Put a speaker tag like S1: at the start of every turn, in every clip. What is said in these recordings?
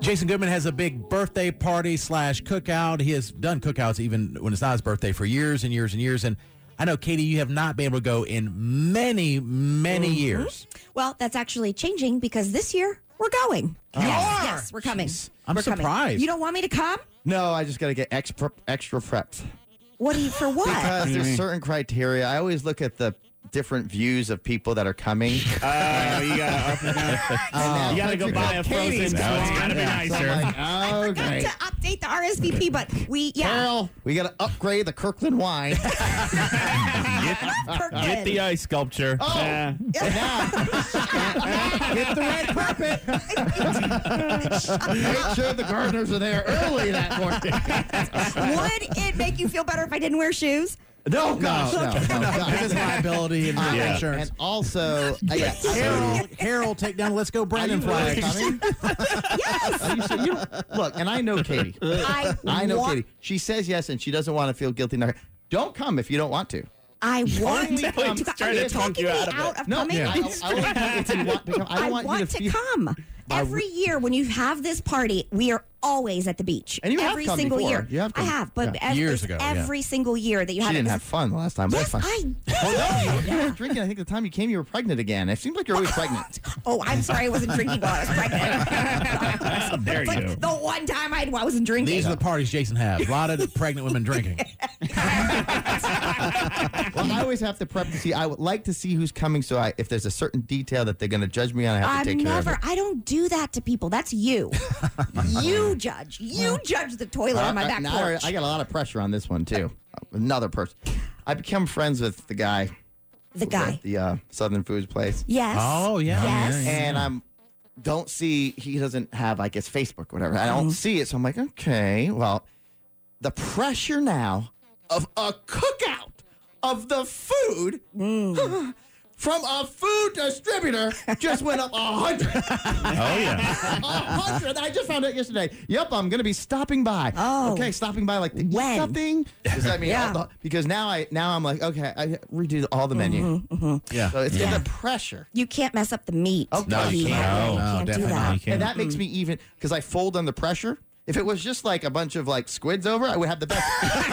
S1: Jason Goodman has a big birthday party slash cookout. He has done cookouts even when it's not his birthday for years and years and years. And I know, Katie, you have not been able to go in many, many years.
S2: Well, that's actually changing because this year we're going.
S1: You
S2: yes,
S1: are?
S2: yes, we're coming.
S1: Jeez. I'm
S2: We're coming.
S1: surprised.
S2: You don't want me to come?
S3: No, I just got to get extra extra prepped
S2: What do you for Uh, what?
S3: because there's certain criteria. I always look at the different views of people that are coming.
S4: Oh, you gotta up and down. You gotta go buy a frozen
S3: Katie's
S4: swan. It's gotta be
S3: So I'm
S4: nicer.
S3: like,
S2: Got
S3: okay.
S2: to update the RSVP, but we yeah.
S3: Well, we got to upgrade the Kirkland wine.
S2: Kirkland.
S4: Get the ice sculpture. Oh, Yeah.
S3: Get the red carpet. Make sure the gardeners are there early that morning.
S2: Would it make you feel better if I didn't wear shoes?
S3: No, gosh, no, no,
S1: This is liability and
S4: Yeah.
S1: insurance.
S3: And also, I got
S1: Harold, Harold, take down. Let's go,
S3: Are you
S1: Brandon.
S3: really
S1: Flag.
S3: coming? Are you ser- you- look, and I know Katie.
S2: I
S3: I know
S2: want,
S3: Katie. She says yes, and she doesn't want to feel guilty. Don't come if you don't want to.
S2: I want
S4: No,
S2: to
S4: he's
S2: come.
S4: trying to
S2: You're
S4: talk
S2: talking
S4: you
S2: me
S4: out of it.
S3: No,
S2: coming.
S3: I, I won't come if you want to come. I don't
S2: I
S3: want,
S2: want,
S3: you to,
S2: to,
S3: feel-
S2: come.
S3: I
S2: Every year when you have this party, we are always at the beach.
S3: And you have
S2: every
S3: come
S2: single
S3: before.
S2: year.
S3: You have
S2: I
S3: come-
S2: have, but
S1: yeah.
S2: ev-
S1: Years
S2: it's
S1: ago, yeah.
S2: every single year that you
S3: She
S2: have. it.
S3: didn't
S2: This
S3: have
S2: is-
S3: fun the last time. but
S2: Yes,
S3: that's fine.
S2: I did.
S3: Well, no, you were drinking. I think the time you came, you were pregnant again. It seems like you're always pregnant.
S2: Oh, I'm sorry. I wasn't drinking while I was pregnant.
S4: There
S2: It's
S4: you go.
S2: like the one time I, I wasn't drinking.
S1: These are the parties Jason has. A lot of pregnant women drinking.
S3: Well, I always have to prep to see. I would like to see who's coming, so I, if there's a certain detail that they're going to judge me on, I have to
S2: I've
S3: take care
S2: never.
S3: of it.
S2: I don't do that to people. That's you. you judge. You judge the toilet on my
S3: Uh,
S2: back
S3: now I,
S2: porch.
S3: I got a lot of pressure on this one too. Another person. I become friends with the guy
S2: the guy.
S3: at the uh, Southern Foods place,
S2: Yes.
S1: Oh, yeah.
S2: Yes.
S3: and I'm don't see he doesn't have like his Facebook, whatever. I don't see it, so I'm like, okay, well, the pressure now of a cookout of the food. From a food distributor just went up a hundred.
S4: Oh, yeah.
S3: A hundred. I just found out yesterday. Yep, I'm going to be stopping by.
S2: Oh.
S3: okay, stopping by like to eat
S2: When?
S3: something. Does that mean
S2: Yeah.
S3: all the- because now I now I'm like okay, I redo all the menu.
S1: Yeah.
S3: So it's the pressure,
S2: You can't mess up the meat.
S3: Oh, No, you
S2: Yeah,
S4: can't.
S2: you
S1: No,
S2: can't do
S1: definitely
S2: that.
S1: not. You
S3: and that makes me even because I fold under pressure. If it was just like a bunch of like squids over, I would have the best.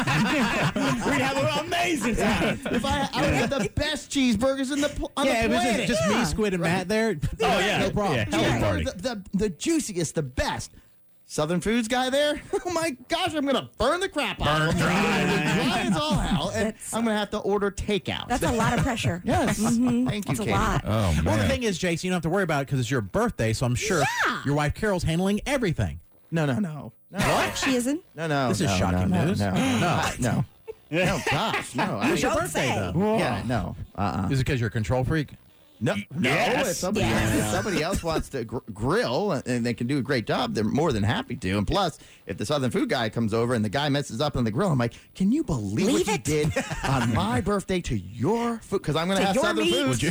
S4: We'd have an amazing time.
S3: if I, I would have the best cheeseburgers in the pl- on
S1: Yeah,
S3: the
S1: it was
S3: planet.
S1: just, just me, Squid, and Matt there.
S4: Oh, yeah.
S1: No problem.
S4: Yeah.
S1: Hell of a
S4: Yeah.
S1: party.
S3: The, the, the juiciest, the best. Southern Foods guy there. Oh my gosh, I'm gonna burn the crap out. of him. Dry as all hell, and I'm gonna have to order takeout.
S2: That's a lot of pressure. Mm-hmm.
S3: yes. Thank you,
S2: That's a
S3: Katie.
S2: lot.
S4: Oh,
S1: Well, the thing is, Jason, you don't have to worry about it because it's your birthday, so I'm sure
S2: Yeah.
S1: your wife Carol's handling everything.
S3: No, no, no. No, what?
S2: She isn't.
S3: No, no.
S1: This is
S3: no,
S1: shocking
S3: no,
S1: news.
S3: No, no, no. no. No, gosh, no. I,
S1: It's your
S2: Don't
S1: birthday,
S2: say.
S1: though.
S3: yeah, no. Uh-uh.
S1: Is it because you're a control freak?
S3: No, no.
S4: Yes.
S3: If somebody,
S2: Yes.
S3: if somebody else wants to gr- grill and they can do a great job, they're more than happy to. And plus, if the Southern food guy comes over and the guy messes up on the grill, I'm like, can you believe
S2: Leave it.
S3: what you did on my birthday to your food? Because I'm going
S2: To
S3: to have
S2: your
S3: Southern
S2: meat.
S3: food.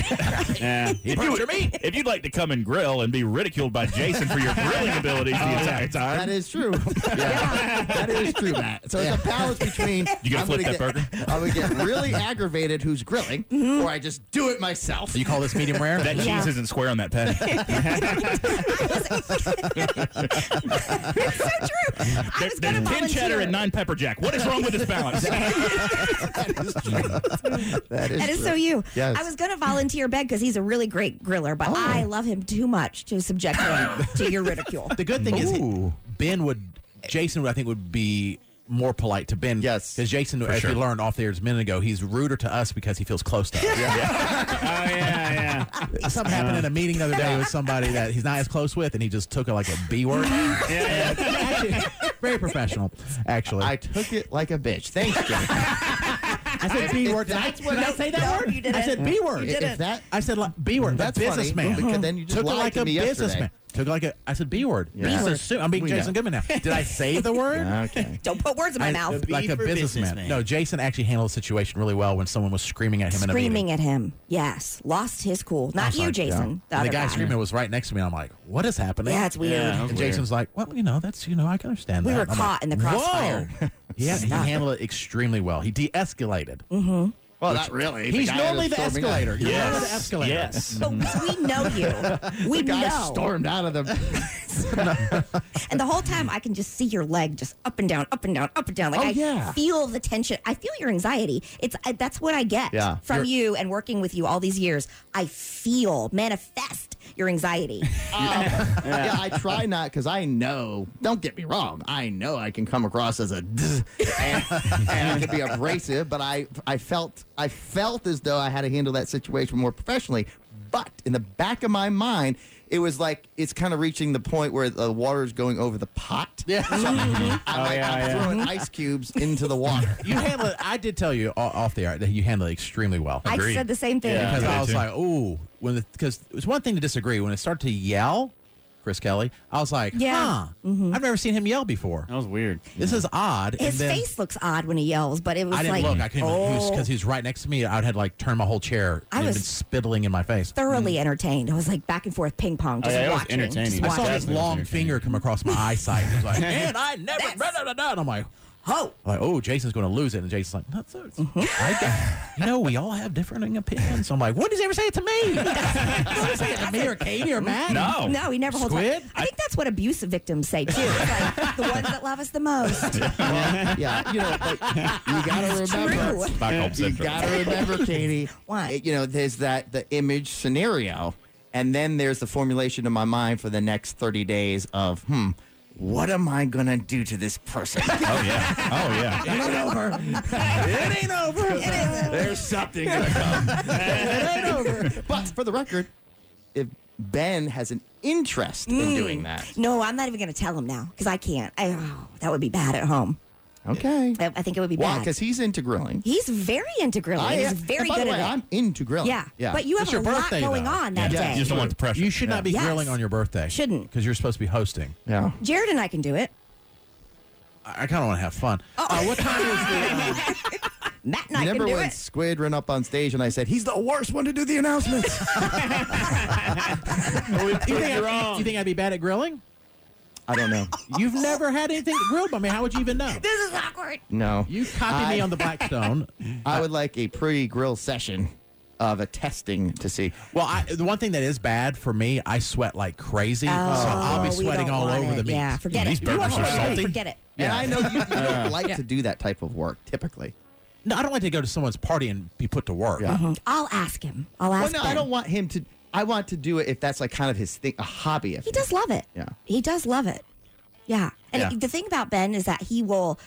S4: Yeah. If, you, if you'd like to come and grill and be ridiculed by Jason for your grilling abilities the entire time,
S3: That is true. Yeah. That is true, Matt. So it's a balance between.
S4: You gonna
S3: I'm
S4: flip
S3: gonna
S4: that
S3: get, I'm going to get really aggravated who's grilling,
S2: Mm-hmm.
S3: or I just do it myself.
S1: You call this medium rare?
S4: that
S2: Yeah.
S4: cheese isn't square on that pen.
S2: It's so true. I
S4: There-
S2: was
S4: there's
S2: going to
S4: 10
S2: volunteer.
S4: cheddar and 9 pepper jack. What is wrong with this balance?
S3: that is,
S2: That is
S3: true.
S2: so you.
S3: Yes.
S2: I was going to volunteer Ben because he's a really great griller, but I love him too much to subject him to your ridicule.
S1: The good thing is,
S3: Ooh.
S1: Ben would, Jason, would, I think, would be more polite to Ben.
S3: Yes.
S1: Because Jason, as
S4: sure.
S1: we learned off the air just a minute ago, he's ruder to us because he feels close to us.
S4: Oh, yeah, yeah.
S1: Something happened in a meeting the other day with somebody that he's not as close with, and he just took it like a B word.
S4: yeah, yeah.
S1: Actually, very professional, actually.
S3: I took it like a bitch. Thanks, Jim.
S1: I said B word. That's what I say that word.
S2: you didn't.
S1: I said B word.
S2: You didn't.
S3: If that
S1: I said like, B word.
S3: That's
S1: a
S3: funny,
S1: businessman.
S3: because then you just
S1: took it
S3: lied
S1: like
S3: to
S1: a
S3: me yesterday.
S1: businessman. Took it like a. I said B word.
S3: Yeah.
S1: He's
S3: B word.
S1: assume- I'm being
S3: We
S1: Jason
S3: know.
S1: Goodman now. Did I say the word?
S3: Okay.
S2: Don't put words in my
S1: I-
S2: mouth.
S1: like
S5: B
S1: a
S5: for
S1: businessman.
S5: businessman.
S1: No, Jason actually handled the situation really well when someone was screaming at him in a meeting.
S2: Screaming at him. Yes. Lost his cool. Not you, Jason. The,
S1: And
S2: other
S1: the guy screaming was right next to me. and I'm like, what is happening?
S2: Yeah, it's weird.
S5: Yeah.
S1: And Jason's like, well, you know, that's, you know, I can understand
S2: We
S1: that.
S2: were
S1: And I'm
S2: caught
S1: like,
S2: in the crossfire.
S1: Whoa. yeah, he handled it extremely well. He de escalated.
S3: Well, not really.
S1: He's
S3: guy
S1: normally
S3: that
S1: the
S3: stormed me
S1: escalator.
S3: out-
S1: You're normally
S4: Yes.
S1: the escalator.
S4: Yes.
S2: But we know you. We
S3: The guy
S2: know.
S3: stormed out of the
S2: Yes. and the whole time I can just see your leg just up and down, up and down, up and down. Like
S3: Oh,
S2: I
S3: yeah.
S2: feel the tension. I feel your anxiety. It's I, that's what I get
S3: Yeah.
S2: from you and working with you all these years. I feel manifest your anxiety.
S3: Oh. yeah. I try not because I know. Don't get me wrong. I know I can come across as a d- and, and I can be abrasive, but I I felt I felt as though I had to handle that situation more professionally. But in the back of my mind, it was like it's kind of reaching the point where the water is going over the pot. Yeah, Mm-hmm. so I'm, like,
S4: Oh, yeah,
S3: I'm
S4: yeah.
S3: throwing ice cubes into the water.
S1: You handle it. I did tell you o- off the air that you handle it extremely well.
S2: I
S4: Agreed.
S2: said the same thing.
S4: Yeah.
S1: because
S4: I
S1: I
S4: did
S1: was
S4: too.
S1: like, ooh, when because it was one thing to disagree. When it started to yell, Chris Kelly, I was like,
S2: Yeah. Mm-hmm.
S1: huh, I've never seen him yell before.
S4: Oh,
S5: That was weird.
S1: This is odd.
S2: His
S1: and then
S2: face looks odd when he yells, but it was
S1: I didn't
S2: like
S1: look. I couldn't because
S2: oh,
S1: he was right next to me. I had like turned my whole chair.
S2: I
S1: and he'd
S2: was
S1: been spitting in my face.
S2: thoroughly entertained. I was like back and forth ping pong, just
S1: Oh,
S5: yeah, it was
S2: watching.
S5: entertaining.
S2: Just
S5: I
S1: I saw
S2: watching.
S1: his
S5: Definitely was
S1: long
S5: entertaining.
S1: finger come across my eyesight. It was like, man, I never. Blah, blah, blah, blah." And I'm like, oh, I'm like, oh, Jason's going to lose it. And Jason's like, not so.
S2: Mm-hmm.
S1: I got, you know, we all have different opinions. I'm like, when does he ever say it to me? Never say it to me or Katie
S2: Mm-hmm.
S1: or Matt.
S4: No.
S2: No, he never holds
S1: Squid?
S2: on. I think that's what abuse victims say too. It's like the ones that love us the most.
S3: Well, yeah, you know, but you gotta remember.
S2: True.
S4: Stockholm
S3: You
S4: syndrome.
S3: gotta remember, Katie.
S2: What?
S3: it- You know, there's that the image scenario, and then there's the formulation in my mind for the next 30 days of hmm, what am I gonna do to this person?
S4: Oh yeah. Oh yeah.
S1: It ain't over. it ain't over. It
S3: there's something gonna come.
S1: ain't over.
S3: But for the record, if Ben has an interest
S2: Mm.
S3: in doing that,
S2: No, I'm not even going to tell him now because I can't. I, oh, that would be bad at home.
S3: okay.
S2: I, I think it would be
S3: Why?
S2: bad.
S3: Because he's into grilling.
S2: He's very into grilling.
S3: I
S2: He's
S3: am-
S2: very
S3: and by
S2: good
S3: the
S2: at
S3: way,
S2: it.
S3: I'm into grilling.
S2: yeah.
S3: yeah.
S2: but you
S1: It's
S2: have
S1: your
S2: a lot
S1: birthday,
S2: going
S1: though.
S2: on that
S3: Yeah.
S2: day.
S4: You just don't want the pressure.
S1: You should not be
S2: Yes.
S1: grilling on your birthday.
S2: Shouldn't.
S1: Because you're supposed to be hosting.
S3: yeah.
S2: Jared and I can do it.
S1: I, I kind of want to have fun. Uh, what time is the. uh,
S2: Matt and Oh. I
S3: Remember
S2: can do
S3: when
S2: it.
S3: Squid ran up on stage and I said, he's the worst one to do the announcements?
S1: you, think I,
S5: wrong.
S1: you think I'd be bad at grilling?
S3: I don't know.
S1: You've never had anything grilled by me. How would you even know?
S2: This is awkward.
S3: No.
S1: You copied me
S3: I-
S1: on the Blackstone.
S3: I would like a pre-grill session of a testing to see.
S1: Well, I, the one thing that is bad for me, I sweat like crazy, so
S2: Oh,
S1: I'll be
S2: we
S1: sweating
S2: don't
S1: all
S2: want
S1: over
S2: it.
S1: the meat.
S2: Yeah, forget
S4: These
S2: it.
S4: burgers
S2: You want
S4: are
S2: it,
S4: salty.
S2: Forget it.
S3: And I know you, you don't like to do that type of work typically.
S1: No, I don't like to go to someone's party and be put to work.
S3: Yeah.
S2: Mhm. I'll ask him. I'll
S3: Well,
S2: ask
S3: Oh, no,
S2: him.
S3: I don't want him to. I want to do it if that's like kind of his thing, a hobby. If
S2: He does love it.
S3: Yeah.
S2: He does love it. Yeah. And
S3: Yeah.
S2: the thing about Ben is that he will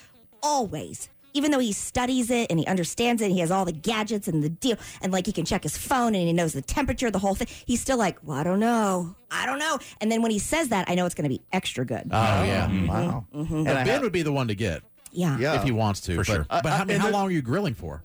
S2: always, even though he studies it and he understands it, and he has all the gadgets and the deal, and like he can check his phone and he knows the temperature, the whole thing. He's still like, well, I don't know. I don't know. And then when he says that, I know it's going to be extra good.
S1: Oh yeah.
S3: Wow. And I
S1: But Ben
S3: have,
S1: would be the one to get
S2: yeah.
S3: yeah.
S1: if he wants to.
S4: For
S1: but,
S4: sure.
S1: But I mean,
S3: and
S1: how
S3: the-
S1: long are you grilling for?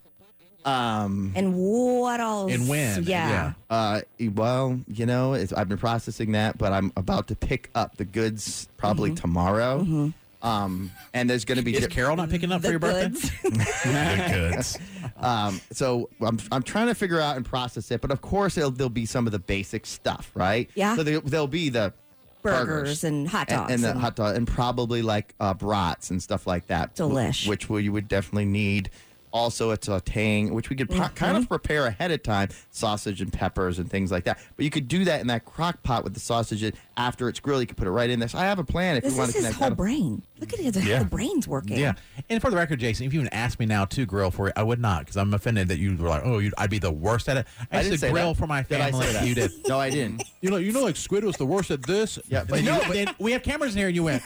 S3: um.
S2: And what else?
S1: And when?
S2: Yeah.
S1: Yeah.
S3: Uh. Well, you know, it's, I've been processing that, but I'm about to pick up the goods probably
S2: Mm-hmm.
S3: tomorrow. Um. And there's going to be
S1: Is
S3: di-
S1: Carol not picking up for
S2: The
S1: your birthday?
S2: goods.
S4: The goods.
S3: Um, so I'm, I'm trying to figure out and process it, but of course it'll, there'll be some of the basic stuff, right?
S2: Yeah.
S3: So there, there'll be the
S2: Burgers
S3: burgers,
S2: and hot dogs
S3: and,
S2: and-
S3: the hot dog, and probably like uh, brats and stuff like that. wh-
S2: Delish.
S3: Which we, you would definitely need. Also, a sautéing, which we could
S2: Mm-hmm.
S3: pro- kind of prepare ahead of time, sausage and peppers and things like that. But you could do that in that crock pot with the sausage in- after it's grilled. You could put it right in there. So I have a plan if
S2: This
S3: you want
S2: is
S3: to
S2: his
S3: connect.
S2: whole
S3: that up.
S2: brain. Look at his
S4: Yeah.
S2: whole brain's working.
S1: Yeah. And for the record, Jason, if you even asked me now to grill for it, I would not because I'm offended that you were like, oh, you I'd be the worst at it. I,
S3: I
S1: used
S3: didn't
S1: to
S3: say
S1: grill
S3: that.
S1: for my
S3: Did I say
S1: family.
S3: that?
S1: You did.
S3: No, I didn't.
S1: You know, you know, like Squid was the worst at this.
S3: Yeah,
S1: And
S3: but-
S1: you-
S3: No,
S1: then we have cameras in here, and you went.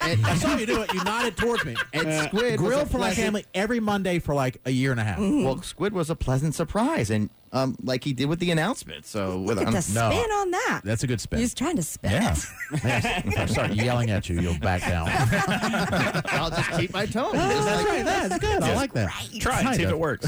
S3: And-
S1: I saw you do it. You nodded towards me.
S3: and squid was
S1: Grill
S3: a
S1: for my
S3: pleasant-
S1: family every Monday for like a year and a half.
S3: Well, Squid was a pleasant surprise, and um, like he did with the announcement. So with,
S2: Look at
S3: um,
S2: the spin on that.
S1: That's a good spin.
S2: He's trying to spin.
S1: yeah.
S2: it.
S1: Yes. If I start yelling at you, you'll back down.
S3: I'll just keep my tone. Just like-
S1: That's good. I like that.
S4: Try it. See if it works.